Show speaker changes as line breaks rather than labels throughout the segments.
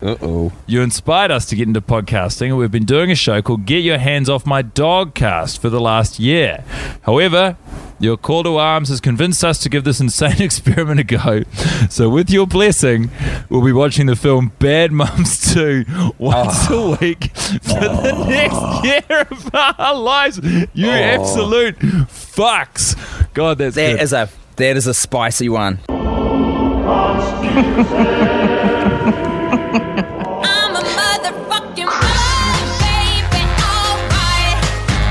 Uh oh.
You inspired us to get into podcasting, and we've been doing a show called Get Your Hands Off My Dog Cast for the last year. However, your call to arms has convinced us to give this insane experiment a go. So, with your blessing, we'll be watching the film Bad Mums 2 once a week for the next year of our lives. You absolute fucks. God, that's
That
good.
is a that is a spicy one.
I'm a motherfucking woman, baby. Alright,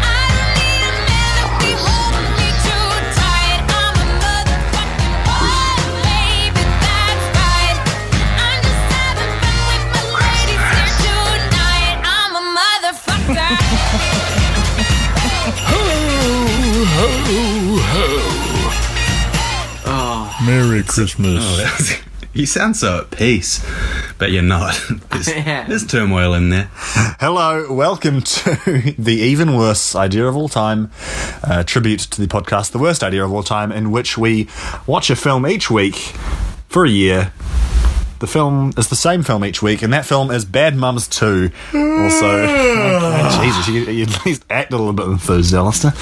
I don't need a man if he holds me too tight. I'm a motherfucking woman, baby. That's right. I'm just having fun with my ladies here tonight. I'm a motherfucker.
Merry Christmas.
You sound so at peace, but you're not. There's, there's turmoil in there.
Hello, welcome to the even worse idea of all time uh, tribute to the podcast, The Worst Idea of All Time, in which we watch a film each week for a year. The film is the same film each week, and that film is Bad Mums 2. Also, Okay, Jesus, you, you at least act a little bit enthused, Alistair.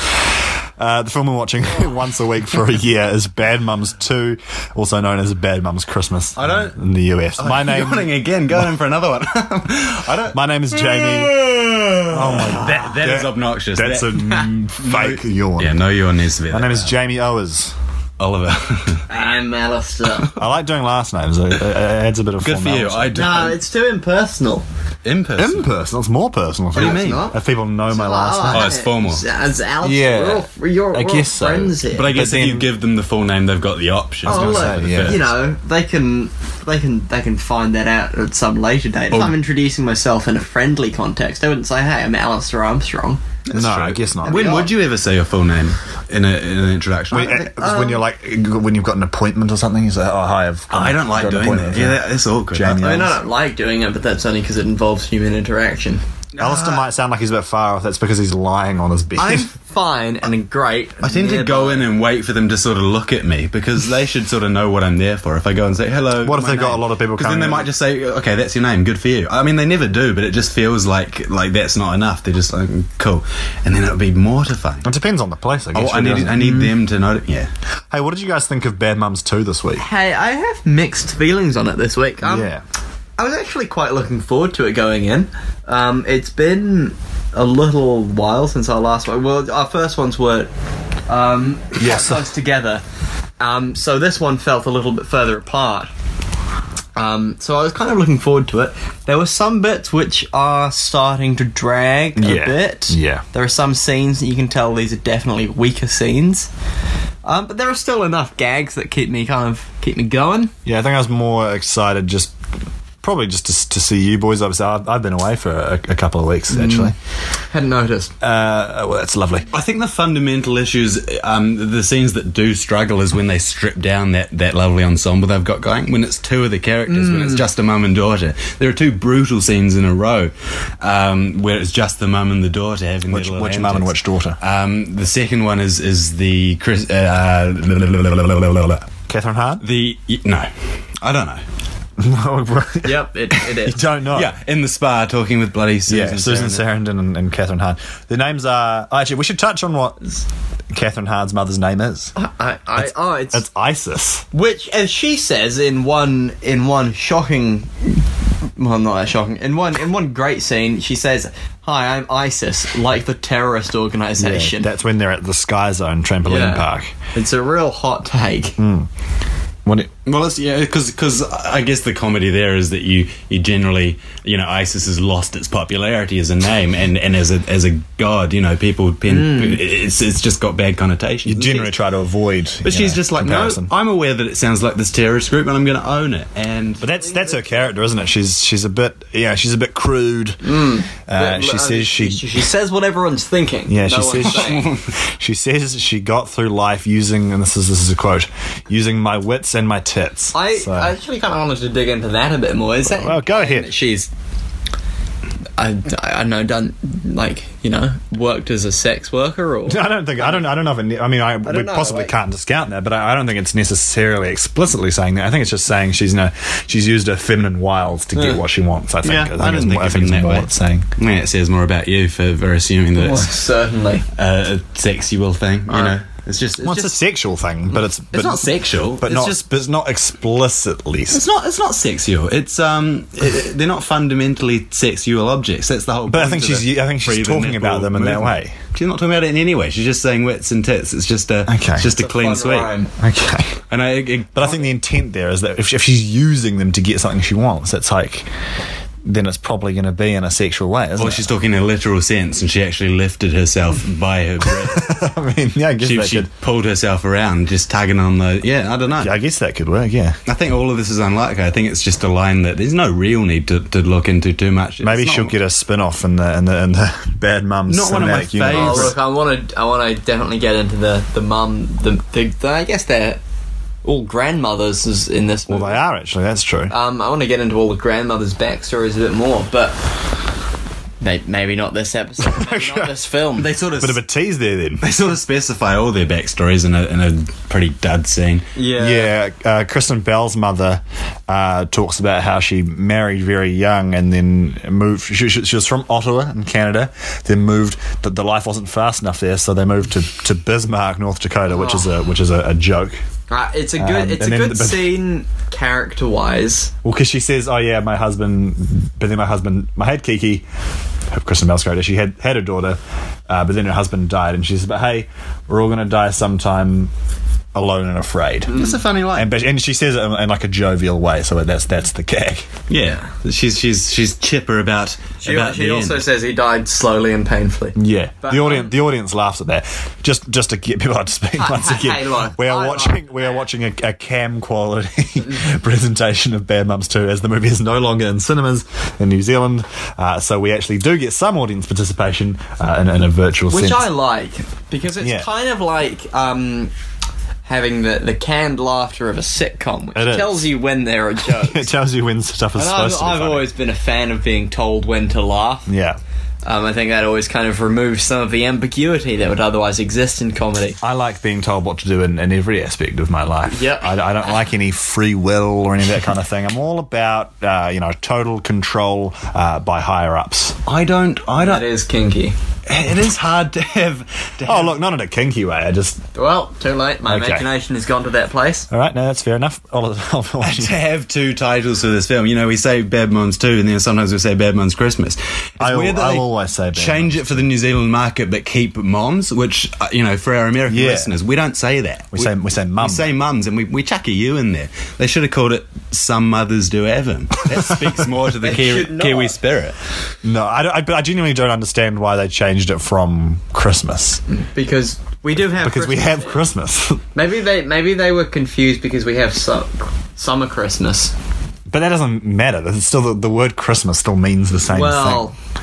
Uh, the film we're watching once a week for a year is Bad Mums 2, also known as Bad Mums Christmas I
don't-
in the US. My name
Yawning again. Go in for another one. I don't.
my name is Jamie.
Oh my. That, that is
That-
obnoxious.
That's a
That-
mm, fake yawn.
Yeah, no, you're needs to be
My
that
name is
bad.
Jamie Owers.
Oliver.
I'm Alistair.
I like doing last names. It, it- it adds a bit of
Good for you. I do.
no, it's too impersonal.
impersonal.
impersonal. It's more personal. What
do you mean?
Not.
If people know my last name,
Oh, it's formal.
Oh, It's, uh, it's Alistair.
Yeah.
We're all, fr- you're,
I
we're all
guess so.
friends here.
but I guess
But
if
then-
you give them the full name, they've got the option.
Oh, look,
say, yeah.
you know they can they can they can find that out at some later date.
Oh.
If I'm introducing myself in a friendly context, I wouldn't say, "Hey, I'm Alistair Armstrong."
no, I guess not.
When would you ever say your full name in, a, in an introduction?
When, eh, it's when
um,
you're like when you've got an appointment or something, you say, "Oh hi, I've." got-
I don't like
got an
doing that.
appointment."
Yeah, that, it's awkward.
Jamie
I mean,
Owers.
I don't like doing it, but that's only because it involves human interaction.
Alistair might sound like he's a bit far off. That's because he's lying on his bed.
I'm fine and great.
I tend to go in and wait for them to sort of look at me because they should sort of know what I'm there for. If I go and say hello,
What if they've got a lot of people
Because then
coming
they
in?
might just say, "Okay, that's your name. Good for you." I mean, they never do, but it just feels like like that's not enough. They're just like, "Mm, "Cool," and then it would be mortifying.
it depends on the place, I guess.
Oh, I need
really,
I
doesn't it?
need them to know. Yeah,
hey, what did you guys think of Bad Mums Two this week?
Hey, I have mixed feelings on it this week. Um,
yeah,
I was actually quite looking forward to it going in. Um, it's been a little while since our last one. Well, our first ones were um,
Yes.
close together, um, so this one felt a little bit further apart. Um, so I was kind of looking forward to it. There were some bits which are starting to drag a
Yeah.
bit.
Yeah.
There are some scenes that you can tell these are definitely weaker scenes. Um, but there are still enough gags that keep me kind of keep me going.
yeah. I think I was more excited just. Probably just to, to see you boys. Obviously, I've, I've been away for a, a couple of weeks actually.
Hadn't noticed.
Uh, well, that's lovely.
I think the fundamental issues, um, the scenes that do struggle, is when they strip down that, that lovely ensemble they've got going. When it's two of the characters, when it's
Mm.
just a mum and daughter. There are two brutal scenes in a row um, where it's just the mum and the daughter having
Which-
their little
which mum and
antics.
which daughter?
Um, the second one is is the Chris. Uh, uh,
Catherine Hart.
the no, I don't know.
yep, it, it is.
You don't know.
Yeah, in the spa talking with bloody Susan.
Yeah, Susan
Sarandon.
Sarandon and, and Catherine Hahn. Their names are. oh, actually, we should touch on what Catherine Hahn's mother's name is.
I, I, oh, it's,
It's Isis.
which, as she says in one in one shocking, well, not that shocking. In one in one great scene, she says, "Hi, I'm ISIS, like the terrorist organization."
That's when they're at the Sky Zone trampoline
Yeah.
park.
it's a real hot take.
When it,
Well, it's, yeah, because I guess the comedy there is that you, you generally, you know, ISIS has lost its popularity as a name and, and as a as a god. You know, people pen,
Hmm.
it's it's just got bad connotations.
you generally try to avoid.
but
you
she's
know,
just like,
comparison.
no, I'm aware that it sounds like this terrorist group, and I'm going to own it. And
But that's that's her character, isn't it? She's she's a bit yeah, she's a bit crude. Uh, she says she
she says what everyone's thinking.
Yeah,
No
she
one's
says
saying.
she, she says she got through life using and this is this is a quote using my wits and my tits.
I,
So-
I actually kind of wanted to dig into that a bit more. Is that
well, go ahead.
she's I, I don't know, done like you know, worked as a sex worker or
I don't think I don't I don't know if it, ne- I mean I, we
know,
possibly
like-
can't discount that, but I, I don't think it's necessarily explicitly saying that. I think it's just saying she's no she's used her feminine wiles to get what she wants. I think
Yeah, I
I
don't think
think, it's more- I
of
think
it in
it's
that
more
way.
what it's saying.
I mean, it says more about you for, for assuming that it's
certainly.
a, a sexual thing. You know, it's just it's,
Well, it's
just,
a sexual thing, but it's but,
it's not sexual,
but
it's
not
just
but it's not explicitly.
It's not. It's not sexual. It's um. It, it- they're not fundamentally sexual objects. That's the whole.
But I
point
think
of
she's-
it.
I think she's
Free the
talking
nipple
about them in that
movement.
way.
She's not talking about it in any way. She's just saying wits and tits. It's just a.
Okay.
It's just a clean
fun
sweep.
rhyme.
okay.
And I. it-
But I think the intent there is that if, if she's using them to get something she wants, it's like then it's probably going to be in a sexual way, isn't
well,
it?
she's talking in a literal sense, and she actually lifted herself by her breath.
I mean, yeah, I guess
she
that
she
could.
pulled herself around, just tugging on the. Yeah, I don't know.
I guess that could work. Yeah,
I think all of this is unlikely. I think it's just a line that there's no real need to, to look into too much. It's
maybe
not-
she'll get a spin-off in the in the, in the Bad Mums.
Not one of my
cinematic universe.
Oh
favourite-
look, I want to. I want to definitely get into the the mum. The, the, the I guess they're all grandmothers is in this.
Well,
movie.
they are actually. That's true.
Uh,
Um, I want to get into all the grandmothers' backstories a bit more, but may- maybe not this episode, maybe not this film.
They sort of
Bit of a tease there, then.
they sort of specify all their backstories in a, in a pretty dud scene.
yeah,
Yeah, uh, Kristen Bell's mother uh, talks about how she married very young and then moved. She, she, she was from Ottawa in Canada, then moved. The, the life wasn't fast enough there, so they moved to, to Bismarck, North Dakota, which is a which is a, a joke.
Uh, it's a good.
Um,
it's a
and then
good
the-
scene character-wise.
Well, because she says, "Oh yeah, my husband," but then my husband, my head Kiki, Kristen Bell's character, she had had a daughter, uh, but then her husband died, and she says, "But hey, we're all gonna die sometime." Alone and afraid,
It's a funny line.
and but, and she says it in, in like a jovial way, so that's that's the gag.
yeah, she's she's she's chipper about
She,
about
she
the
also
end.
says he died slowly and painfully.
Yeah,
But,
the
um,
audience the audience laughs at that. Just just to get people up to speed once
hey,
again,
look,
we are
I
watching
like
we are watching a, a cam quality presentation of Bad Mums Two as the movie is no longer in cinemas in New Zealand, uh, so we actually do get some audience participation uh, in, in a virtual
which
sense.
I like because it's
Yeah.
kind of like um, having the, the canned laughter of a sitcom, which
It is.
tells you when there are jokes.
it tells you when stuff is
And I've,
supposed to be
I've
funny.
always been a fan of being told when to laugh.
yeah.
Um, I think that always kind of removes some of the ambiguity that would otherwise exist in comedy.
I like being told what to do in, in every aspect of my life.
Yep.
I, I don't like any free will or any of that kind of thing. I'm all about, uh, you know, total control uh, by higher ups.
I don't. I
That
don't.
is kinky.
It is hard to have. To
Oh,
have-
look, not in a kinky way. I just
Well, too late. My
Okay.
imagination has gone to that place.
All right, no, that's fair enough. All of, all of
To have two titles for this film, you know, we say Bad Moms Two, and then sometimes we say Bad Moms Christmas. It's
I al-
weird that
I
they
always say Bad
change it for the New Zealand market, but keep moms, which uh, you know, for our American
Yeah.
listeners, we don't say that.
We say- we say mum.
We say mums, and we, we chuck a U in there. They should have called it "Some Mothers Do Have 'Em." That speaks more to the Kiwi,
should not.
Kiwi spirit.
no, I, don't, I, but I genuinely don't understand why they changed it from Christmas
Because we do have.
because we
Christmas.
have Christmas,
Maybe they maybe they were confused because we have su- summer Christmas.
but that doesn't matter. It's still the, the word Christmas still means the same
Well,
thing.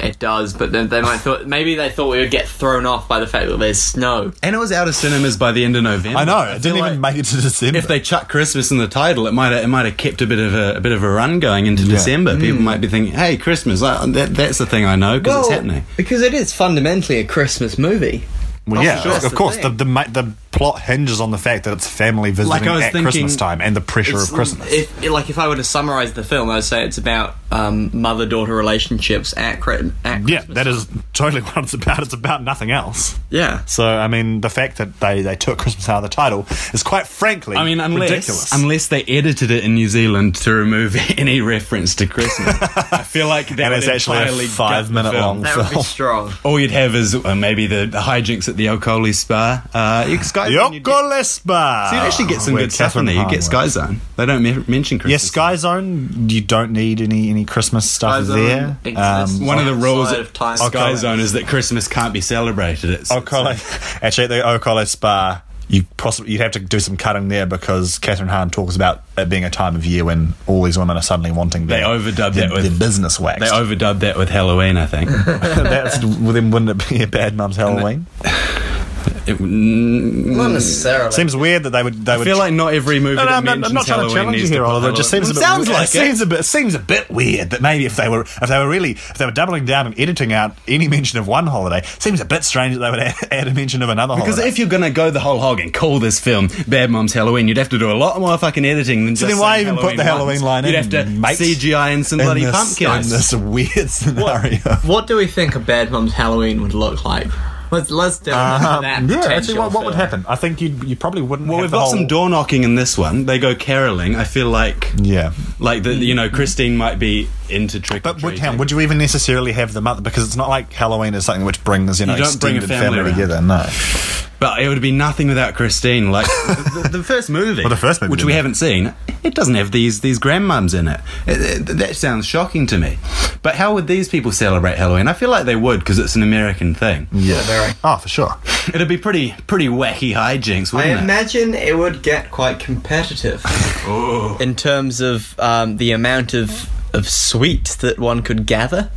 it does, but then they might thought maybe they thought we would get thrown off by the fact that there's snow.
And it was out of cinemas by the end of November.
I know
feel
it didn't even
like
make it to December.
If they chuck Christmas in the title, it might have, it might have kept a bit of a, a bit of a run going into December.
Mm.
People might be thinking, "Hey, Christmas! uh, that, that's the thing I know because it's happening."
Oh, because it is fundamentally a Christmas movie.
well, yeah,
sure.
of
That's the
course. The,
thing.
the ma- the plot hinges on the fact that it's family visiting
I was
at
thinking-
Christmas time and the pressure of
It's-
Christmas.
If, like, if I were to summarize the film, I would say it's about um, mother-daughter relationships at, cri- at
yeah,
Christmas.
that is totally what it's about. It's about nothing else.
Yeah.
So, I mean, the fact that they, they took Christmas out of the title is quite frankly
I mean, unless
ridiculous.
unless they edited it in New Zealand to remove any reference to Christmas, I feel like that
And
would
it's actually a
entirely gut the
five-minute
film.
long
That would be
Well.
strong.
All you'd have is uh, maybe the, the hijinks at the Okoli Spa. Uh, you- Sky Zone, you'd get-
Yokolespa.
so you'd actually get some
Where
good stuff in
Catherine
there. You get Sky
Hahn
Zone. They don't me- mention
was. Yeah,
Christmas.
Sky Zone. You don't need any any Christmas stuff there. Um,
One of the rules
Outside of
at
time.
Sky
Okole.
Zone is that Christmas can't be celebrated. It's,
Okole, actually, at the Okole Spa, you possibly you'd have to do some cutting there because Catherine Hahn talks about it being a time of year when all these women are suddenly wanting their,
They overdubbed
their,
it with-
their business
they
waxed.
overdubbed that with Halloween, I think.
That's, well, then wouldn't it be a bad mum's Halloween?
It, mm,
Not necessarily.
Seems weird that they would. They
I
would
feel like not every movie
No, no,
that
I'm not, I'm
mentions
not trying
Halloween
to challenge you
needs
here,
to put
Oliver. It just
Halloween.
seems a bit.
Sounds
weird-
like
it. Seems a bit. Seems a bit weird that maybe if they were, if they were really, if they were doubling down and editing out any mention of one holiday, seems a bit strange that they would add, add a mention of another
Because
holiday.
if you're going to go the whole hog and call this film Bad Moms Halloween, you'd have to do a lot more fucking editing than so just
then why
saying
even put the Halloween
once.
line
You'd
in,
have to
mate?
CGI in some
in
bloody
this,
pumpkins.
in this weird scenario.
What do we think a bad mum's Halloween would look like? Let's let's delve into that.
Um, yeah,
potential
actually, what, what would
film.
happen? I think you you probably wouldn't.
well,
have
we've
the
got
whole,
some door knocking in this one. They go caroling. I feel like,
Yeah,
like the, you know, Christine might be into trick or
But would,
treating.
hang, would you even necessarily have the month? Because it's not like Halloween is something which brings you know
don't bring a
extended
family
family,
around.
together. No,
But it would be nothing without Christine. Like the, the first movie,
Well, the first movie
which we
didn't.
haven't seen, it doesn't have these these grandmums in it. It- it- That sounds shocking to me. But how would these people celebrate Halloween? I feel like they would because it's an American thing.
yeah, oh for sure.
It'd be pretty pretty wacky hijinks,
I
wouldn't it?
imagine it would get quite competitive in terms of um, the amount of of sweets that one could gather.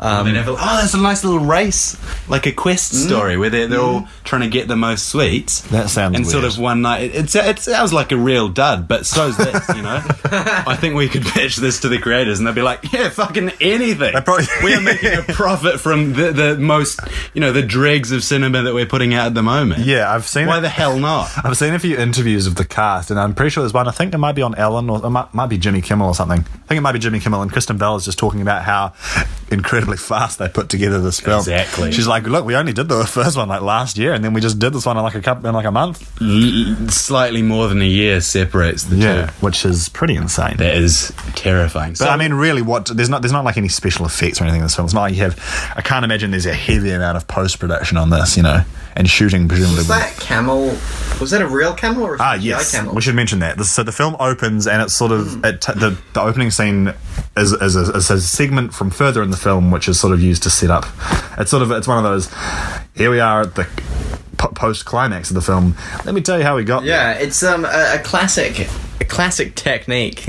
They'd
Um,
have a- oh, there's a nice little race, like a quest story where they're, they're all trying to get the most sweets.
That sounds
and sort
weird.
of one night. It, it's- it sounds like a real dud, but so's this, you know. I think we could pitch this to the creators, and they'd be like, "Yeah, fucking anything.
probably-
we are making a profit from the, the most, you know, the dregs of cinema that we're putting out at the moment.
Yeah, I've seen.
why
it.
the hell not?
I've seen a few interviews of the cast, and I'm pretty sure there's one. I think it might be on Ellen, or it might, might be Jimmy Kimmel or something. I think it might be Jimmy Kimmel, and Kristen Bell is just talking about how incredibly fast they put together this film.
Exactly.
She's like, "Look, we only did the first one like last year, and then we just did this one in like a couple in like a month."
L- l- slightly more than a year separates the two.
which is pretty insane.
That is terrifying.
But I mean, really, what there's not there's not like any special effects or anything in this film. It's not like you have. I can't imagine there's a heavy amount of post production on this, you know, and shooting presumably.
was that camel? Was that a real camel or a
Ah,
CGI
yes.
camel?
We should mention that. This- So the film opens, and it's sort
Hmm.
of it t- the the opening scene is is a, is a segment from further in the film, which is sort of used to set up. It's sort of it's one of those. Here we are at the post climax of the film. Let me tell you how we got.
Yeah, it's um a, a classic, a classic technique.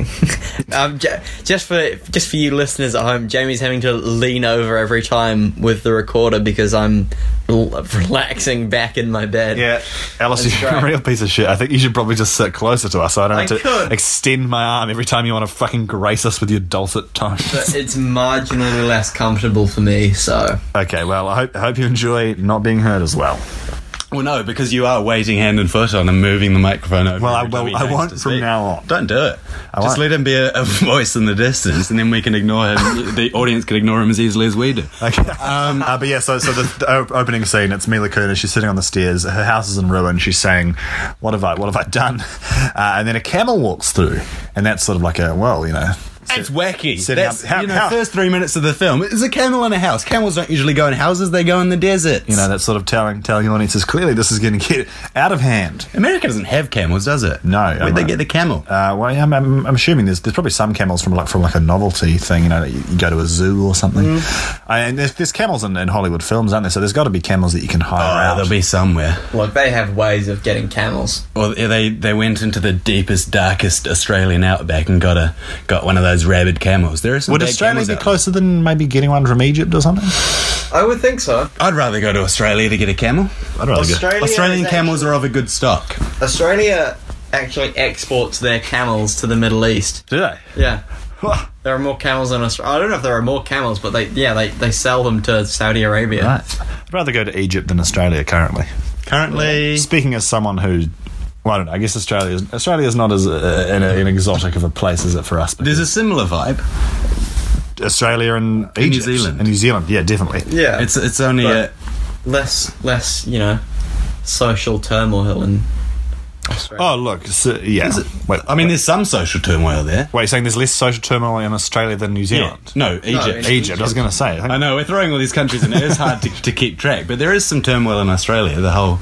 um, j- just for just for you listeners at home, Jamie's having to lean over every time with the recorder because I'm l- relaxing back in my bed.
there. Yeah, Alice,
That's
you're
right.
a real piece of shit. I think you should probably just sit closer to us so I don't
I
have to
could.
extend my arm every time you want to fucking grace us with your dulcet tones.
But it's marginally less comfortable for me, so
okay, well, I hope, I hope you enjoy not being heard as well.
well, no, because you are waiting hand and foot on and moving the microphone over.
Well, I
every time
will-
he
I
takes
won't
to
from
speak.
now on.
Don't do it.
won't.
Just let him be a, a voice in the distance, and then we can ignore him. the audience can ignore him as easily as we do.
Okay. Uh, but yeah, so so the, the op- opening scene, it's Mila Kunis. She's sitting on the stairs. Her house is in ruin. She's saying, "What have I? What have I done?" Uh, and then a camel walks through, and that's sort of like a well, you know.
It's wacky.
Setting
That's
up- how-
you know,
how-
first three minutes of the film is a camel in a house. Camels don't usually go in houses; they go in the desert.
You know, that's sort of telling telling your audiences clearly this is going to get out of hand.
America doesn't have camels, does it?
No,
where'd
I'm
they
right.
get the camel?
Uh, well, I'm, I'm, I'm assuming there's there's probably some camels from like from like a novelty thing. You know, that you, you go to a zoo or something.
Mm.
Uh, and there's, there's camels in, in Hollywood films, aren't there? So there's got to be camels that you can
Oh,
hire out.
they'll be somewhere.
look, they have ways of getting camels.
Well, yeah, they they went into the deepest, darkest Australian outback and got a got one of those rabid camels. There are some
Would
big
Australia
camels
be
out there.
closer than maybe getting one from Egypt or something?
I would think so.
I'd rather go to Australia to get a camel.
I'd rather go.
Australia
Australian
is
camels are of a good stock.
Australia actually exports their camels to the Middle East.
Do they?
Yeah. There are more camels in Australia. I don't know if there are more camels, but they yeah they, they sell them to Saudi Arabia.
Right. I'd rather go to Egypt than Australia currently.
Currently,
Speaking as someone who, well, I don't know. I guess Australia is Australia is not as uh, an, an exotic of a place as it for us.
there's a similar vibe.
Australia and Egypt,
Zealand.
and New Zealand. Yeah, definitely.
Yeah,
It's it's only
Right.
a,
less less you know social turmoil and Australia.
Oh look, so, yeah. Wait,
I mean, there's some social turmoil there.
wait, you're saying there's less social turmoil in Australia than New Zealand?
No, Egypt.
No,
Egypt. I was going to say. I think-
I know we're throwing all these countries, and it is hard to, to keep track. But there is some turmoil in Australia. The whole,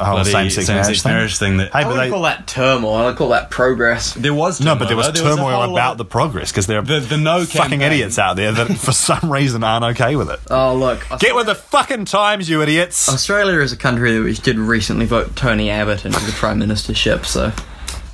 whole
bloody
same-sex marriage thing?
marriage thing. that
Hey,
I
but
wouldn't
they-
call that turmoil. I call that progress.
there was
no,
turmoil,
but there was
a
turmoil
whole
about
lot-
the progress because there are
The- the no
fucking
campaign.
idiots out there that for some reason aren't okay with it.
Oh look, Aus-
Get with the fucking times, you idiots.
Australia is a country which did recently vote Tony Abbott into the prime ministership. So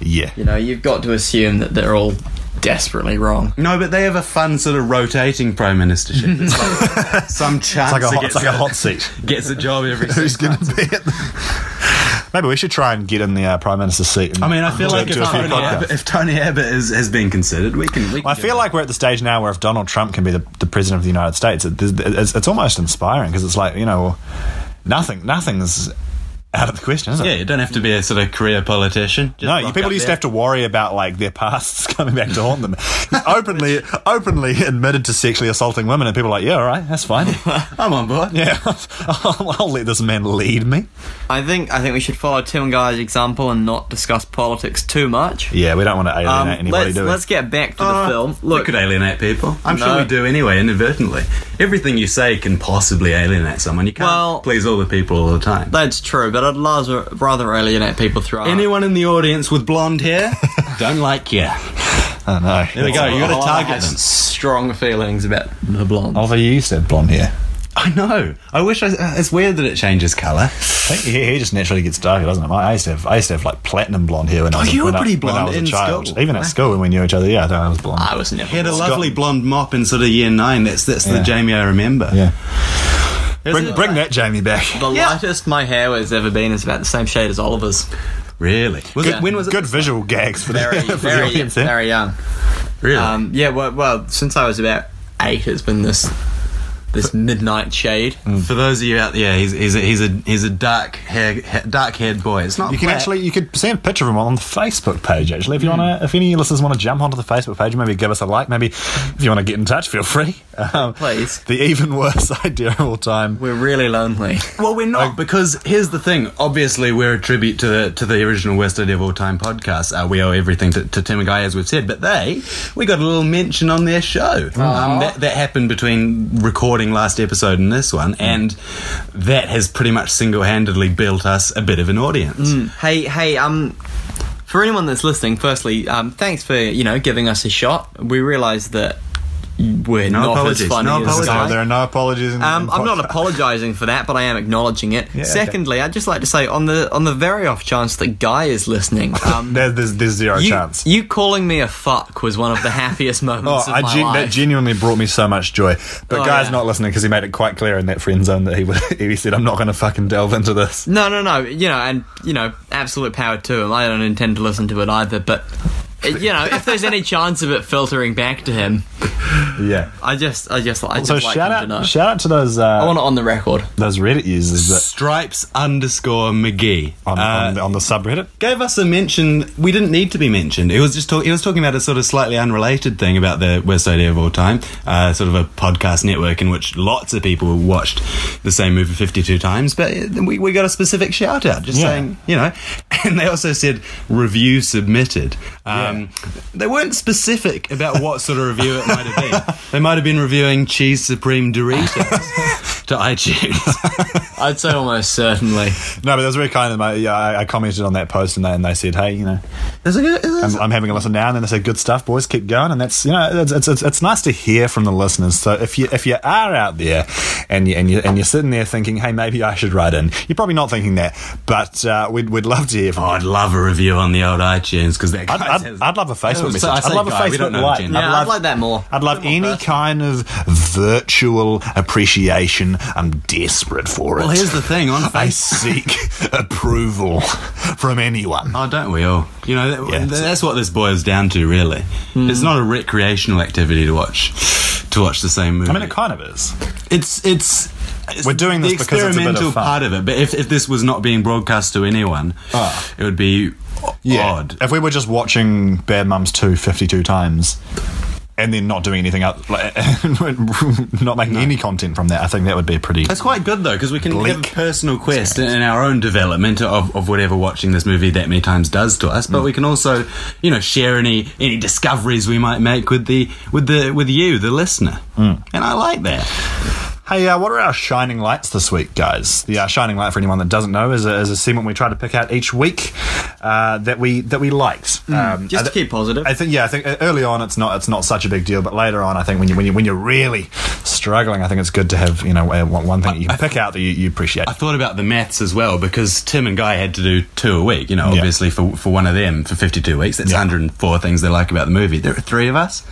yeah.
you know you've got to assume that they're all
desperately wrong.
No, but they have a fun sort of rotating prime ministership. It's like some chance
It's like a hot,
gets,
it's like a hot seat.
gets a job every six
Who's going to be at the- Maybe we should try and get in the uh, prime minister's seat. and
I mean, I feel
do-
like if
do a few
Tony, Abbott,
podcasts.
if Tony Abbott is, has been considered, we can. We can
I
do
feel
it.
like we're at the stage now where if Donald Trump can be the, the president of the United States, it, it's, it's almost inspiring because it's like you know, nothing, nothing's out of the question, is it?
yeah, you don't have to be a sort of career politician. Just
No, you
rock
people
up
used to
there.
have to worry about like their pasts coming back to haunt them. He's openly, openly admitted to sexually assaulting women, and people are like, yeah, all right, that's fine.
I'm on board.
yeah, I'll, I'll let this man lead me.
I think I think we should follow Tim and Guy's example and not discuss politics too much.
Yeah, we don't want to alienate
Um,
anybody,
let's
do we?
let's get back to
Uh,
the film.
we
Look,
could alienate people. I'm
No.
sure we do anyway, inadvertently. Everything you say can possibly alienate someone. You can't
Well-
please all the people all the time.
that's true, but I'd rather, rather alienate people through art.
Anyone in the audience with blonde hair, don't like you.
Oh no,
There we go. You got to target them. Oh.
Strong feelings about the blonde.
Oliver, you used to have blonde hair.
I know. I wish. I, uh, it's weird that it changes colour.
I think your hair just naturally gets darker, doesn't it? I used to have, I used to have like platinum blonde hair when I was,
Oh, you were
when I-
pretty
when I
blonde
was a
in
child.
school.
Even at school when we knew each other, yeah, I thought I was blonde.
I was never.
He had a
Scott-
lovely blonde mop in sort of year nine. That's that's
Yeah.
the Jamie I remember.
yeah,
Isn't
bring,
it?
bring that Jamie back.
the lightest my hair has ever been is about the same shade as Oliver's.
Really? Was
Good,
it, when was it?
good visual gags for
Very,
the, for the
very,
audience there.
very young.
Really?
Um, yeah, well, well, since I was about eight, it's been this this midnight shade.
Mm. For those of you out there, he's, he's, a, he's a he's a dark hair dark haired boy. It's not
You can
black.
actually you could see a picture of him on the Facebook page. Actually, if
Hmm.
you want to, if any listeners want to jump onto the Facebook page, maybe give us a like. Maybe if you want to get in touch, feel free. Um,
Please.
The even worse idea of all time.
We're really lonely.
Well, we're not because here's the thing. Obviously, we're a tribute to the to the original Worst Idea of All Time podcast. Uh, we owe everything to, to Tim and Guy, as we've said. But they, we got a little mention on their show. Um, that, that happened between recording last episode and this one, and that has pretty much single handedly built us a bit of an audience.
Hey, hey, um, for anyone that's listening, firstly, um, thanks for you know giving us a shot. We realise that we're
No
not
apologies,
as funny
no
as
apologies.
So there
guy.
are no apologies. In,
Um,
in
I'm not
podcast.
apologising for that, but I am acknowledging it.
okay.
Secondly, I'd just like to say on the on the very off chance that Guy is listening, um,
There, there's, there's zero
you,
chance.
you calling me a fuck was one of the happiest
Oh,
moments of
I
my
gen-
life.
that genuinely brought me so much joy. But
Oh,
guy's
yeah.
not listening because he made it quite clear in that friend zone that he would, he said, "I'm not going to fucking delve into this."
No, no, no. You know, and you know, absolute power to him. I don't intend to listen to it either, but uh, you know, if there's any chance of it filtering back to him,
Yeah.
I just, I just, I just
So
like
shout
him to know.
out, shout out to those
I
uh,
want it on the record.
those Reddit users that
Stripes underscore McGee
on,
Uh,
on, the, on the subreddit.
gave us a mention. We didn't need to be mentioned. It was just talk- he was talking about a sort of slightly unrelated thing about the worst idea of all time, uh, sort of a podcast network in which lots of people watched the same movie fifty two times. But uh, we, we got a specific shout out, just
Yeah.
saying you know. And they also said review submitted. Um, They weren't specific about what sort of review it might have been. they might have been reviewing cheese supreme Doritos to iTunes.
I'd say almost certainly.
No, but that was very kind of them. I, yeah, I, I commented on that post and they, and they said, hey, you know,
It's like, uh, uh,
I'm, I'm having a listen now. And then they said, good stuff, boys, keep going. And that's, you know, it's, it's, it's, it's nice to hear from the listeners. So if you if you are out there and, you, and, you, and you're sitting there thinking, hey, maybe I should write in, you're probably not thinking that, but uh, we'd, we'd love to hear from
Oh,
you.
I'd love a review on the old iTunes because that guy
I'd, I'd,
says-
I'd love a Facebook
Oh,
message.
so I
I'd
say
love a
guy, we don't
Facebook
know
like.
gender.
Yeah, I'd,
I'd love,
like that more.
I'd love any kind of virtual appreciation. I'm desperate for it.
Well, here's the thing on
I
Facebook.
seek approval from anyone.
Oh, don't we all? You know, that,
Yeah. Hmm.
th- that's what this boils down to, really. It's not a recreational activity to watch to watch the same movie.
I mean, it kind of is.
it's, it's it's
We're doing
the
this because it's a bit of
experimental
fun.
part of it. But if, if this was not being broadcast to anyone,
Ah.
it would be o- odd.
If we were just watching Bad Mums 2 52 times and then not doing anything else, like, not making any content from that, I think that would be pretty.
That's quite good though, because we can have
Bleak.
a personal quest in our own development of, of whatever watching this movie that many times does to us. But
Hmm.
we can also, you know, share any any discoveries we might make with the with the with you, the listener.
Hmm.
And I like that.
Hey, uh, what are our shining lights this week, guys? The uh, shining light for anyone that doesn't know is a, is a segment we try to pick out each week uh, that we that we liked. Um,
Just
I e-,
to
thi-
keep positive.
I think yeah, I think early on it's not it's not such a big deal, but later on I think when you when you when you're really struggling, I think it's good to have you know uh, one one thing that you can pick out that you, you appreciate.
I thought about the maths as well because Tim and Guy had to do two a week. You know,
Yeah.
obviously for for one of them for fifty two weeks, that's
Yeah. Mm.
one hundred and four things they like about the movie. There are three of us.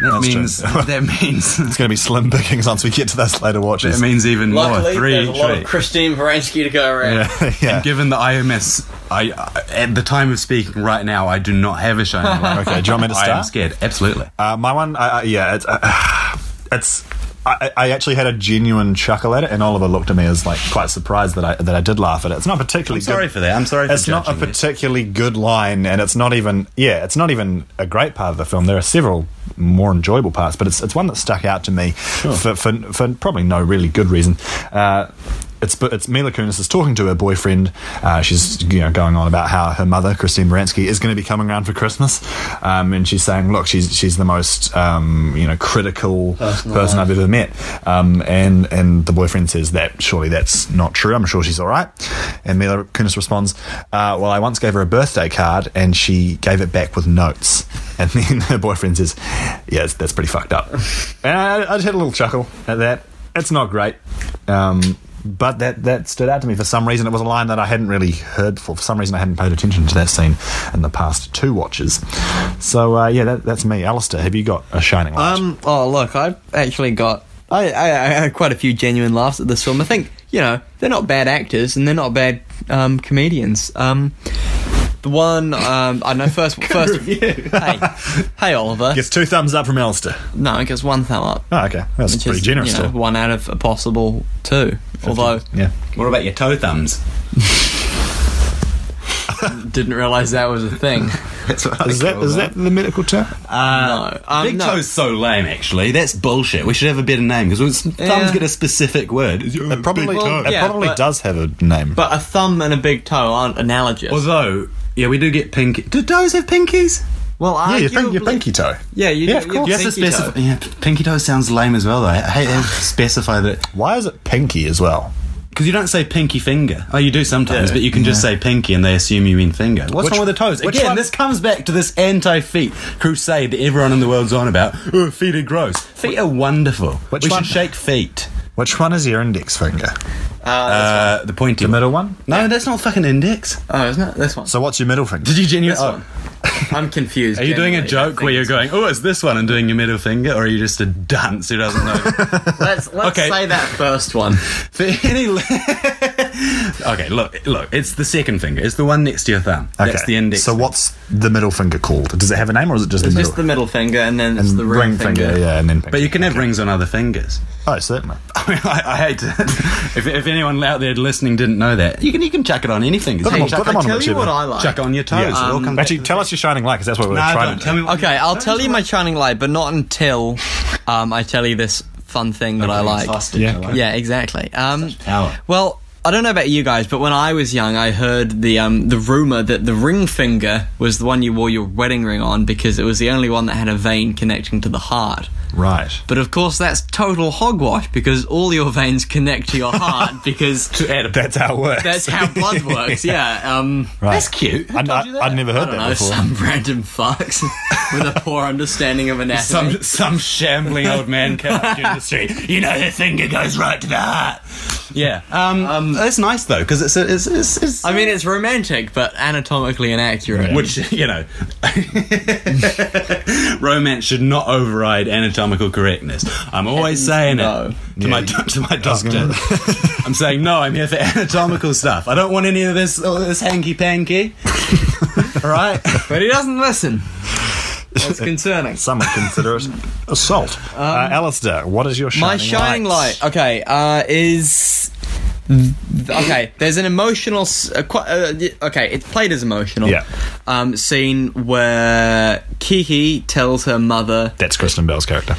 That
That's true.
means that means
It's going to be slim pickings once we get to those later
that
watches.
means even more.
Luckily,
Three
there's a
each
lot
week.
of Christine Baranski to go around.
yeah.
And given that I am as I I- at the time of speaking right now, I do not have a shining light.
Okay, do you want me to
I am
start?
scared. Absolutely.
Uh, my one, I, I, yeah, it's, uh, it's. I, I actually had a genuine chuckle at it, and Oliver looked at me as like quite surprised that I that I did laugh at it. It's not particularly.
I'm sorry
good,
for that. I'm sorry for
It's not a
judging it.
particularly good line, and it's not even. Yeah, it's not even a great part of the film. There are several more enjoyable parts, but it's it's one that stuck out to me for, for for probably no really good reason. Uh, it's but it's Mila Kunis is talking to her boyfriend. Uh, she's you know going on about how her mother Christine Baranski is going to be coming around for Christmas, um, and she's saying, "Look, she's she's the most um, you know critical person I've ever met." Um, and and the boyfriend says that surely that's not true. I'm sure she's all right. And Mila Kunis responds, uh, "Well, I once gave her a birthday card, and she gave it back with notes." And then her boyfriend says, "Yeah, that's, that's pretty fucked up." And I, I just had a little chuckle at that. It's not great. Um, but that that stood out to me for some reason. It was a line that I hadn't really heard before. For some reason, I hadn't paid attention to that scene in the past two watches. So uh, yeah, that, that's me, Alistair. Have you got a shining light?
Um. Oh, look, I've actually got I, I, I had quite a few genuine laughs at this film. I think you know they're not bad actors and they're not bad um, comedians. Um, the one um, I don't know first first hey hey Oliver
Gets two thumbs up from Alistair.
no it gets one thumb up
Oh, okay, that's
which
pretty
is,
generous.
you know,
still.
one out of a possible two although
yeah,
What about your toe thumbs?
didn't realize that was a thing
That's what I
is that
call
is that the medical term? Uh,
no um,
Big
no.
toe's so lame, actually. That's bullshit. We should have a better name because thumbs
Yeah.
get a specific word.
It probably
toe.
it
yeah,
probably
but-
does have a name.
but a thumb and a big toe aren't analogous
Although, yeah, we do get pinky. Do toes have pinkies?
well
yeah,
I
your, pin- your pinky toe.
yeah you
Yeah,
do-
of course.
you
You
To
have
have pinky toe.
specify, yeah, pinky toe sounds lame as well, though. I hate to specify that
Why is it pinky as well?
because you don't say pinky finger. Oh, you do sometimes, but you can just say pinky, and they assume you mean finger. What's
Which-
wrong with the toes?
which
Again,
one-
this comes back to this anti-feet crusade that everyone in the world's on about. Oh, feet are gross. Feet are wonderful.
Which
we
one-
should shake feet.
Which one is your index finger?
Uh, the pointy.
The middle one.
No, that's not fucking index.
oh isn't it this one
So what's your middle finger?
Did you genuinely?
This one. I'm confused.
Are you doing a
genuinely. I
joke where
think
you're going, oh, it's this one, and doing your middle finger, or are you just a dunce who doesn't know?
it's- Let's let's
Okay.
say that first one.
For any. okay, look, look, it's the second finger. It's the one next to your thumb.
Okay.
That's the index.
So
finger.
what's the middle finger called? Does it have a name or is it just
It's
the middle?
just the middle finger, and then it's
and
the ring, finger.
Yeah, and then pinky.
But you can have rings on other fingers.
oh, certainly.
I mean, I, I hate to. if, if anyone out there listening didn't know that, you can you can chuck it on anything.
Put them on-
chuck,
put them on
Tell you
whichever.
what I like.
chuck it on your toes.
Yeah.
it all comes
Actually, tell us your shining light because that's what we're
back-
trying
um, don't,
to
tell me what-
Okay, I'll
Don't
tell you
what-
my shining light, but not until um, I tell you this fun thing that I like.
Hostage,
Yeah.
I like.
Yeah, exactly. Um,
power.
Well, I don't know about you guys, but when I was young, I heard the um, the rumor that the ring finger was the one you wore your wedding ring on because it was the only one that had a vein connecting to the heart.
Right.
But of course, that's total hogwash because all your veins connect to your heart because
That's how it works.
that's how blood works. Yeah. Um,
Right.
That's cute. Who
I,
told you that?
would never heard
I don't
that
know,
before.
some random fucks with a poor understanding of anatomy.
Some some shambling old man came up to you in the street. You know, the finger goes right to the heart. Yeah, um, that's nice though because it's, a- it's it's it's.
I mean, it's romantic, but anatomically inaccurate.
which you know, romance should not override anatomical correctness. I'm always saying
no.
it to my do- to my doctor.
gonna-
I'm saying no. I'm here for anatomical stuff. I don't want any of this all this hanky panky. All right.
But he doesn't listen. That's concerning.
Some would consider it assault. uh, Alistair, what is your shining
Um, My shining
light?
light, okay, uh, is okay. There's an emotional, s- uh, quite, uh, y- okay, it's played as emotional.
Yeah.
Um, scene where Kiki tells her mother,
That's Kristen Bell's character.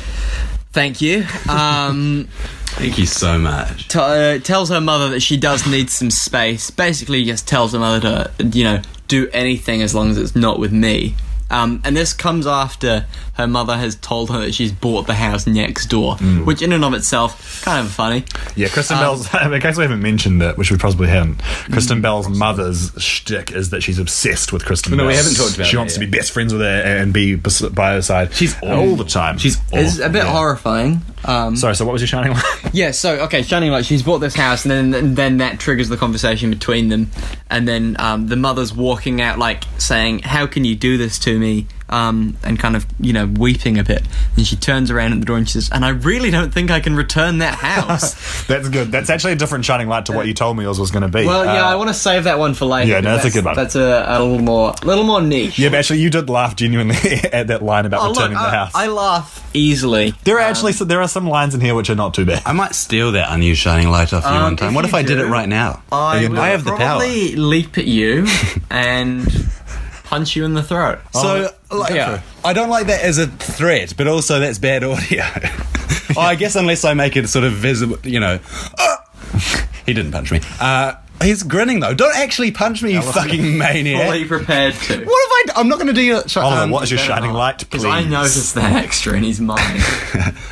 "Thank you." Um,
Thank you so much.
t- uh, tells her mother that she does need some space. Basically, just tells her mother to, you know, do anything as long as it's not with me. Um, and this comes after her mother has told her that she's bought the house next door, which in and of itself kind of funny.
Yeah, Kristen
Um,
Bell's. In case we haven't mentioned it, which we probably haven't,
Mm.
Kristen Bell's mother's shtick is that she's obsessed with Kristen.
No,
Bell.
we haven't talked about
She
that
wants to be
yet.
best friends with her and be bes- by her side.
She's
all the time.
She's
It's a bit horrifying. Um,
Sorry, so what was your shining light?
Yeah, so okay, shining light. She's bought this house, and then and then that triggers the conversation between them, and then um, the mother's walking out, like saying, "How can you do this to me?" Um, and kind of you know weeping a bit. And she turns around at the door and she says, "And I really don't think I can return that house."
That's good. That's actually a different shining light to what you told me yours was going to be.
well, yeah,
Uh,
I want to save that one for later.
yeah, no, that's a good one.
That's a, a little more, little more niche.
Yeah, but actually, you did laugh genuinely at that line about
Oh, look,
returning the
I,
house.
I um, laugh easily.
there are actually so there are some lines in here which are not too bad.
I might steal that unused shining light off you
Um,
one time.
if
What
you
if I did
do,
it right now?
I,
Again,
will
I have the power.
probably leap at you and punch you in the throat.
So, uh, like,
yeah.
I don't like that as a threat, but also that's bad audio. oh, I guess unless I make it sort of visible, you know. "Ah!" he didn't punch me. Uh, he's grinning though. Don't actually punch me, you fucking
Fully
maniac.
prepared to.
What if I? d- I'm not going to do your. sh-
Oliver,
um,
Oh, what is your
better
shining
not,
light, please?
Because I noticed that extra in his mind.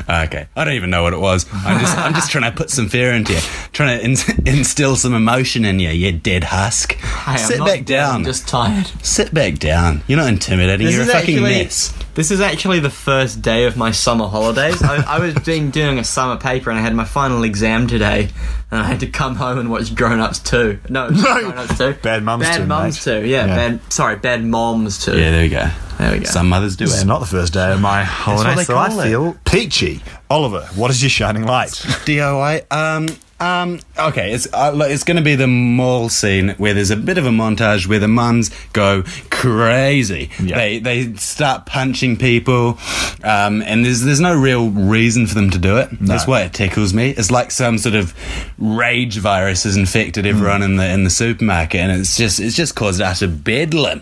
Ah, Okay, I don't even know what it was. I'm just, I'm just trying to put some fear into you, trying to in- instill some emotion in you. You dead husk.
Hey, I'm
Sit
not
back
dead, I'm
down.
just tired.
Sit back down. You're not intimidating. You're a fucking mess.
This is actually the first day of my summer holidays. I, I was being doing a summer paper and I had my final exam today, and I had to come home and watch Grown Ups Two. No, no, Grown Ups Two.
Bad Mums
Bad
2,
Mums
mate.
Two. Yeah,
Yeah.
Bad. Sorry, Bad Moms Two.
Yeah, there we go.
There we go.
Some mothers do
This is
it.
not the first day of my holiday,
they
so I
call it.
feel peachy. Oliver, what is your shining light?
DIY. Um, um, okay, it's uh, look, it's going to be the mall scene where there's a bit of a montage where the mums go crazy.
Yeah.
They they start punching people, um, and there's there's no real reason for them to do it. That's why it tickles me. It's like some sort of rage virus has infected everyone in the in the supermarket, and it's just it's just caused utter bedlam.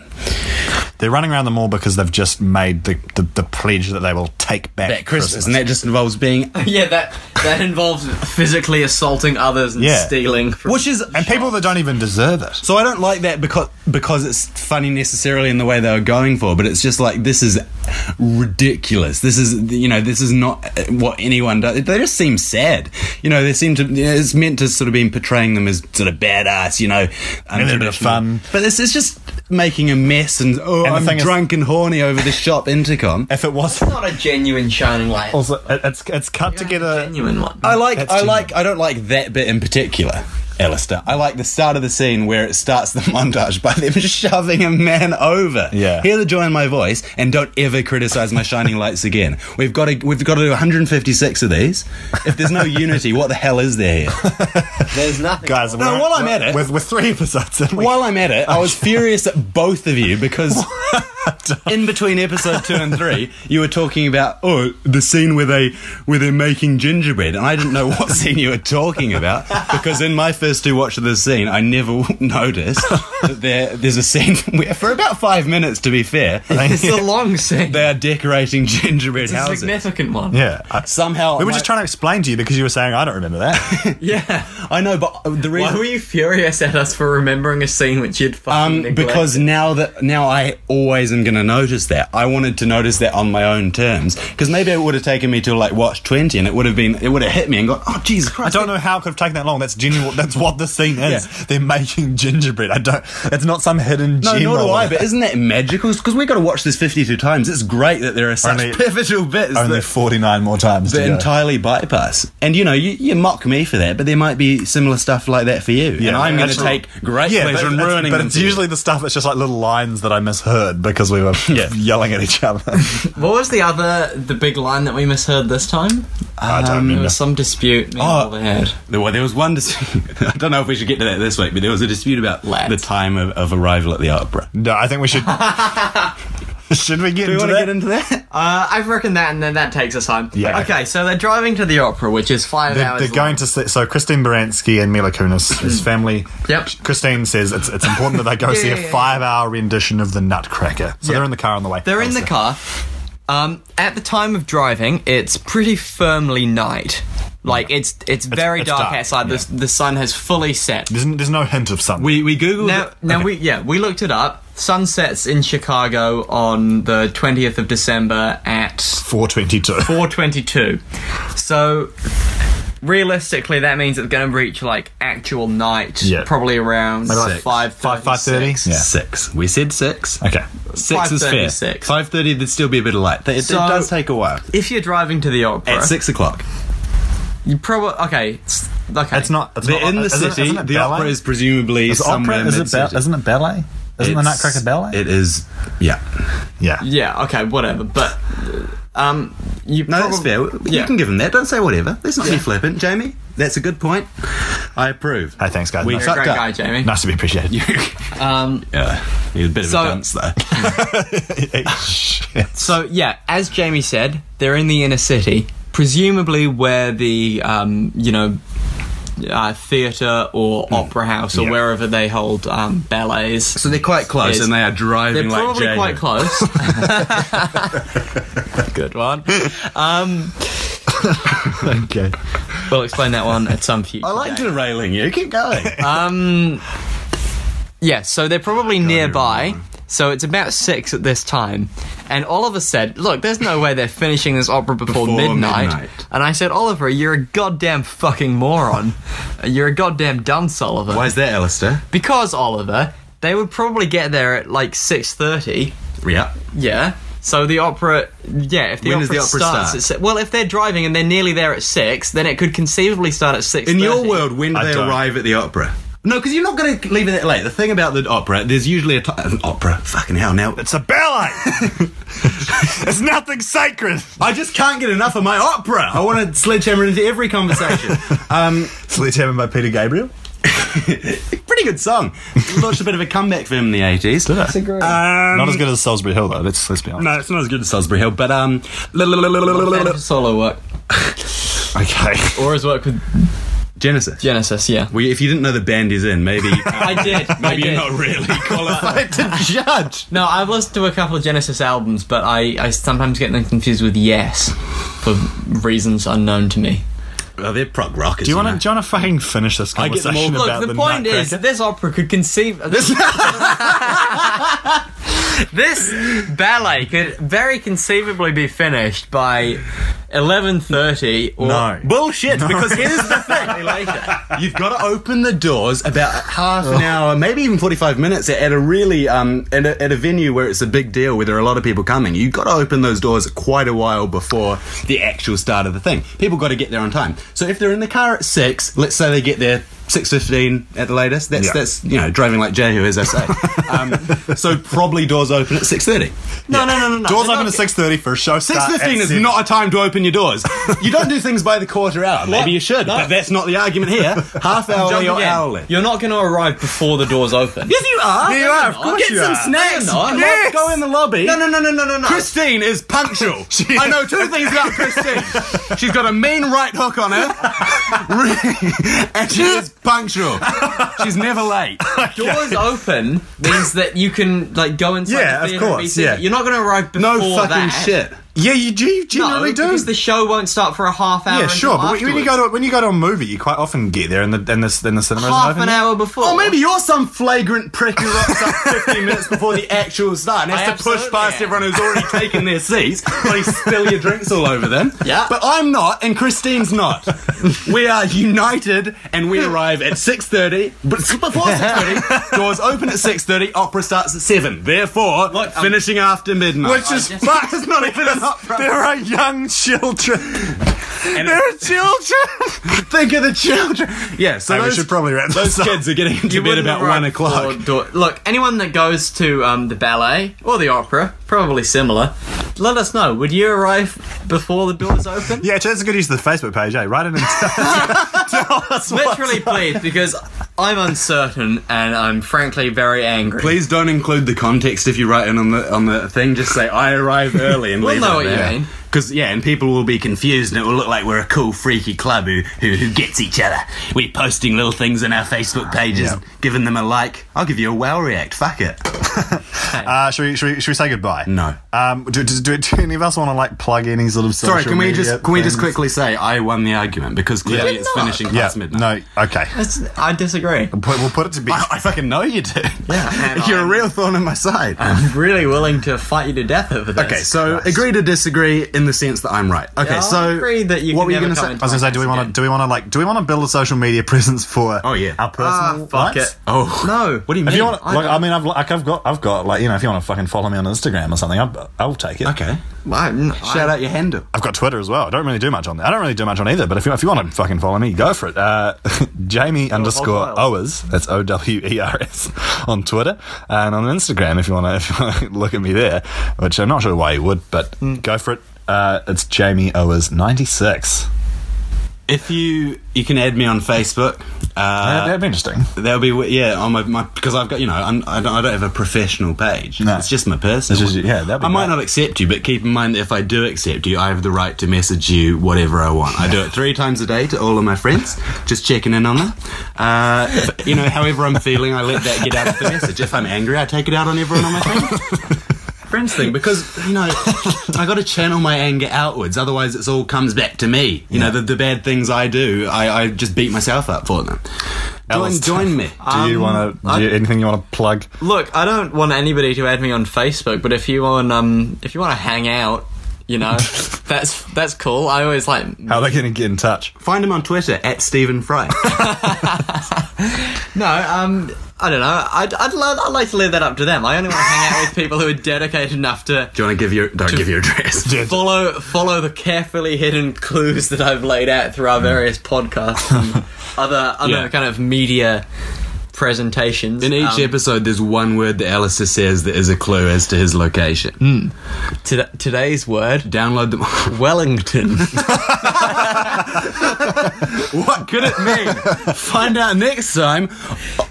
They're running around the mall because they've just made the, the, the pledge that they will take back
That Christmas, and that just involves being
yeah. That that involves physically assaulting others and
Yeah.
stealing. From
which is
and people that don't even deserve it.
So I don't like that because because it's funny necessarily in the way they were going for, but it's just like this is ridiculous. This is you know this is not uh, what anyone does. They just seem sad. You know they seem to. you know, It's meant to sort of be portraying them as sort of badass. You know,
And they're a bit
untraditional.
fun.
But it's, it's just making a mess and oh
And the
I'm
thing is-
drunk and horny over the shop intercom.
If it was
not a genuine shining light.
also, it, it's it's cut together.
genuine one.
I like
Mm, That's
I
genuine.
like I don't like that bit in particular. Alistair. I like the start of the scene where it starts the montage by them shoving a man over.
Yeah.
Hear the joy in my voice and don't ever criticize my shining lights again. We've got to we've got to do 156 of these. If there's no unity, what the hell is there here?
There's nothing.
Guys,
No,
we're-
while I'm
we're-
at it-
we're, we're three episodes in. we-
While I'm at it, I was furious at both of you because in between episode two and three, you were talking about oh the scene where they where they're making gingerbread, and I didn't know what scene you were talking about because in my first two watch of this scene, I never noticed that there there's a scene where for about five minutes, to be fair,
It's a long scene.
they are decorating gingerbread
It's a
houses.
significant one.
yeah, I-
Somehow,
we were
my-
just trying to explain to you because you were saying I don't remember that.
Yeah.
I know, but the reason
Why were you furious at us for remembering a scene which you'd fucking
Um,
neglected?
because now that now I always am going to notice that. I wanted to notice that on my own terms because maybe it would have taken me till like watch twenty, and it would have been it would have hit me and gone, oh Jesus
I
Christ!
don't know how it could have taken that long. That's genuine. That's what the scene is. They're making gingerbread. I don't. It's not some hidden.
No,
gem
nor do
or
I.
whatever.
But isn't that magical? Because we've got to watch this fifty-two times. It's great that there are such
Only-
pivotal bits
only
that,
forty nine more times.
that
to go.
entirely bypass. And you know, you, you mock me for that, but there might be similar stuff like that for you. and I'm going to
that's-
take great
yeah,
pleasure in
but it's-
ruining
But
them
it's
for you.
usually the stuff. It's just like little lines that I misheard because we were
Yeah.
yelling at each other.
what was the other the big line that we misheard this time? Um,
I don't
Um,
There
remember.
was some dispute. Me
Oh.
and Oliver had.
There, well, there was one dispute. I don't know if we should get to that this week, but there was a dispute about
Lads.
the time of, of arrival at the opera.
No, I think we should. should we get
Do you
into
want to
that?
get into that?
Uh, I've reckoned that, and then that takes us home.
Yeah.
Okay, so they're driving to the opera, which is 5
They're,
hours.
they're going to see, so Christine Baranski and Mila Kunis, his family.
Yep.
Christine says it's it's important that they go see
yeah,
a
yeah,
five-hour rendition of the Nutcracker. So they're in the car on the way.
They're in the car. Um, at the time of driving, it's pretty firmly night. Like it's it's very
it's
dark,
dark,
outside. The, the sun has fully set.
There's, n- there's no hint of something.
We, we Googled
Now, now we yeah we looked it up. Sun sets in Chicago on the twentieth of December at
422.
four twenty-two. So realistically, that means it's going to reach like actual night,
Yeah.
probably around
like
five
five- five thirty?
six.
Yeah.
Six. We said six.
Okay.
Six is fair.
5:36.
Five thirty. There'd still be a bit of light. It, it
So-
does take a while.
If you're driving to the opera,
At six o'clock,
You probably okay. s- Okay,
It's not. It's
They're
not,
in the
isn't it-
city.
isn't it
the
ballet?
opera is presumably
Is it
somewhere
opera? Is it, ba-
mid-city.
isn't it ballet? Isn't the
It's-
Nutcracker ballet?
It is. Yeah.
yeah.
Yeah. Okay. Whatever. But um, you
No, that's
probably-
fair. You
Yeah.
can give them that. Don't say whatever. Let's not be flippant, Jamie. That's a good point. I approve.
Hey, thanks, guys.
We-
Nice-
You're a great
Sucked up.
guy, Jamie.
Nice to be appreciated.
Um,
Yeah. You're a bit of
So-
a dunce, though.
So yeah, as Jamie said, they're in the inner city, presumably where the um, you know uh, theater or opera house or
Yeah.
wherever they hold um, ballets.
So they're quite close,
Yes.
and they are
they're
driving like
probably
Jehu.
quite close. Good one. Um,
okay.
we'll explain that one at some future.
I like
date.
derailing you. Keep going.
Uh,
Um, yeah, so they're probably nearby. So it's about six at this time. And Oliver said, Look, there's no way they're finishing this opera before,
Before
midnight.
midnight.
And I said, Oliver, you're a goddamn fucking moron. you're a goddamn dunce, Oliver.
Why is that, Alistair?
Because, Oliver, they would probably get there at like 6.30.
Yeah.
Yeah. So the opera, yeah. If the,
When
opera,
does the opera
starts,
start?
at si- well, if they're driving and they're nearly there at six, then it could conceivably start at six.
In your world, when do
I
they
don't.
arrive at the opera? No, because you're not going to leave it that late. The thing about the opera, there's usually a ti- an opera. Fucking hell! Now
It's a ballet. it's nothing sacred.
I just can't get enough of my opera. I want to sledgehammer into every conversation. um,
Sledgehammer by Peter Gabriel.
pretty good song. Launched a bit of a comeback for him in the eighties. Did it? Um,
Not as good as Salisbury Hill, though. Let's let's be honest.
No, it's not as good as Salisbury Hill, but um, l- l- l- l- l- l-
solo work
Okay.
or his work with
Genesis.
Genesis. Yeah.
Well, if you didn't know the band is in, maybe
I did. I
maybe you're
did.
not really qualified to judge.
No, I've listened to a couple of Genesis albums, but I, I sometimes get them confused with Yes for reasons unknown to me.
Well, they're prog rockers.
Do you want to? Do you want to fucking finish this
get them
conversation
all-
about
Look, the, point is,
Nutcracker?
this opera could conceive this. this ballet could very conceivably be finished by eleven thirty or
No.
Bullshit, because here's the thing.
later.
You've got to open the doors about half an hour, maybe even 45 minutes at a really, um, at a, at a venue where it's a big deal, where there are a lot of people coming. You've got to open those doors quite a while before the actual start of the thing. People got to get there on time. So if they're in the car at 6, let's say they get there 6.15 at the latest, that's,
Yeah.
that's you know, driving like Jehu, as I say. um, so probably doors open at 6.30.
No, no, no, no, no.
Doors
They're
open at
not-
six thirty for a show.
Six
start at
fifteen is
seven.
not a time to open your doors. You don't do things by the quarter hour. Maybe you should, but that's not the argument here. Half
Jump
hourly or
again.
hourly.
You're not going to arrive before the doors open.
Yes, you are.
Yeah, you are. Of course
Get
you
some
are.
snacks.
No, you're not.
Yes. Go in the lobby.
No, no, no, no, no, no, no.
Christine is punctual. I know two things about Christine. She's got a mean right hook on her, and she is punctual. She's never late.
doors open means that you can like go inside.
Yeah, of
the theater and be
course,
seated.
yeah.
You're not going to arrive before
No fucking
that.
shit.
Yeah, you, do- you
No,
generally do.
because the show won't start for a half hour.
yeah,
until
sure. But when- when you
afterwards.
go to when you go to a movie, you quite often get there, and the and the, and the cinema isn't
half
open
an
yet.
hour before,
Or maybe you're some flagrant prick who rocks up 15 minutes before the actual start and
I
has to push
absolutely
past
am.
everyone who's already taken their seats, but you spill your drinks all over them.
Yeah.
But I'm not, and Christine's not. we are united, and we arrive at 6.30, but it's before 6.30, doors open at 6.30, opera starts at 7. Therefore,
Look, um,
finishing after midnight.
Which is
fucked. It's not even an opera.
There are young children. there are children.
Think of the children. Yeah, so
Hey, we
those,
should probably wrap
those
this up.
kids are getting into
You
bed
wouldn't
about
arrive
1 o'clock.
before door- Look, anyone that goes to um, the ballet or the opera, probably similar. Let us know. Would you arrive before the doors open?
Yeah, actually, that's a good use of the Facebook page. Eh? Write it in.
Literally, please, because I'm uncertain and I'm frankly very angry.
Please don't include the context if you write in on the on the thing. Just say I arrive early and
We'll
leave
know
it
what you
there.
mean.
Because yeah, and people will be confused, and it will look like we're a cool, freaky club who who, who gets each other. We're posting little things on our Facebook pages,
Yeah.
giving them a like. I'll give you a wow react. Fuck it.
Uh, should we should we should we say goodbye?
No.
Um, do, do, do, do any of us want to like plug any sort of
Sorry,
social
can we
media
just can we just
things?
quickly say I won the argument because clearly
Yeah.
it's finishing
Yeah.
past midnight.
No. Okay.
That's- I disagree.
Put- We'll put it to be.
I, I fucking know you did.
and
You're a
I'm-
real thorn in my side.
I'm really willing to fight you to death over this.
Okay, so agree to disagree in the sense that I'm right. Okay,
Yeah, I
so
agree that you
what
can
were you
never
going to
come
say?
into
I was gonna say, do we want to do we want to like do we want to build a social media presence for?
Oh, yeah.
our personal
Ah, fuck
lives?
it.
Oh
No.
What do you
If
mean?
you want,
I
like, I
don't-
mean, I've like, I've got, I've got, like, you know, if you want to fucking follow me on Instagram or something, I'll, I'll take it.
okay,
I'm,
shout out your handle.
I've got Twitter as well. I don't really do much on there. I don't really do much on either. But if you if you want to fucking follow me, go for it. Uh, Jamie underscore
wild.
Owers. That's O W E R S on Twitter and on Instagram. If you want to, if you want to look at me there, which I'm not sure why you would, but go for it. Uh, it's Jamie Owers ninety six.
If you you can add me on Facebook. Uh,
That'd be interesting.
That'll be w- yeah on my, my because I've got you know I'm, I don't I don't have a professional page.
No.
It's just my personal.
It's just-
one.
yeah, that'd be
I might
great.
not accept you, but keep in mind that if I do accept you, I have the right to message you whatever I want. I do it three times a day to all of my friends, just checking in on them. Uh, if- you know, however I'm feeling, I let that get out of the message. If I'm angry, I take it out on everyone on my friends. Friends thing because you know I got to channel my anger outwards, otherwise it's all comes back to me. You know the, the bad things I do, I, I just beat myself up for them. Join,
Alice.
join me.
Do you want to? Do you, anything you want to plug?
Look, I don't want anybody to add me on Facebook, but if you want, um, if you want to hang out, you know, that's that's cool. I always like.
How are they going to get in touch?
Find him on Twitter at Stephen Fry.
No, um, I don't know. I'd I'd, love, I'd like to leave that up to them. I only want to hang out with people who are dedicated enough to
Do you want to give your don't give your address?
follow follow the carefully hidden clues that I've laid out through our various podcasts and other other
Mm. Yeah.
kind of media presentations.
In each
Um,
episode, there's one word that Alistair says that is a clue as to his location.
Hmm.
to- today's word,
Download them.
Wellington.
what could it mean? Find out next time.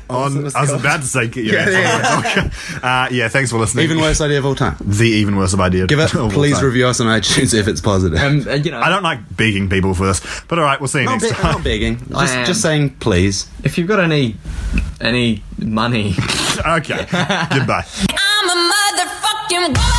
On, I was about to say, get your
Yeah,
yeah. Uh, yeah, thanks for listening.
Even worst idea of all time.
the even worse of idea.
Give it.
of all
Please
time.
review us on iTunes if it's positive.
um, and, you know,
I don't like begging people for this, but all right, we'll see you
I'm not,
next
be- I'm
time.
not begging. Just,
am.
just saying, please.
if you've got any any money.
okay, goodbye.
I'm a motherfucking woman.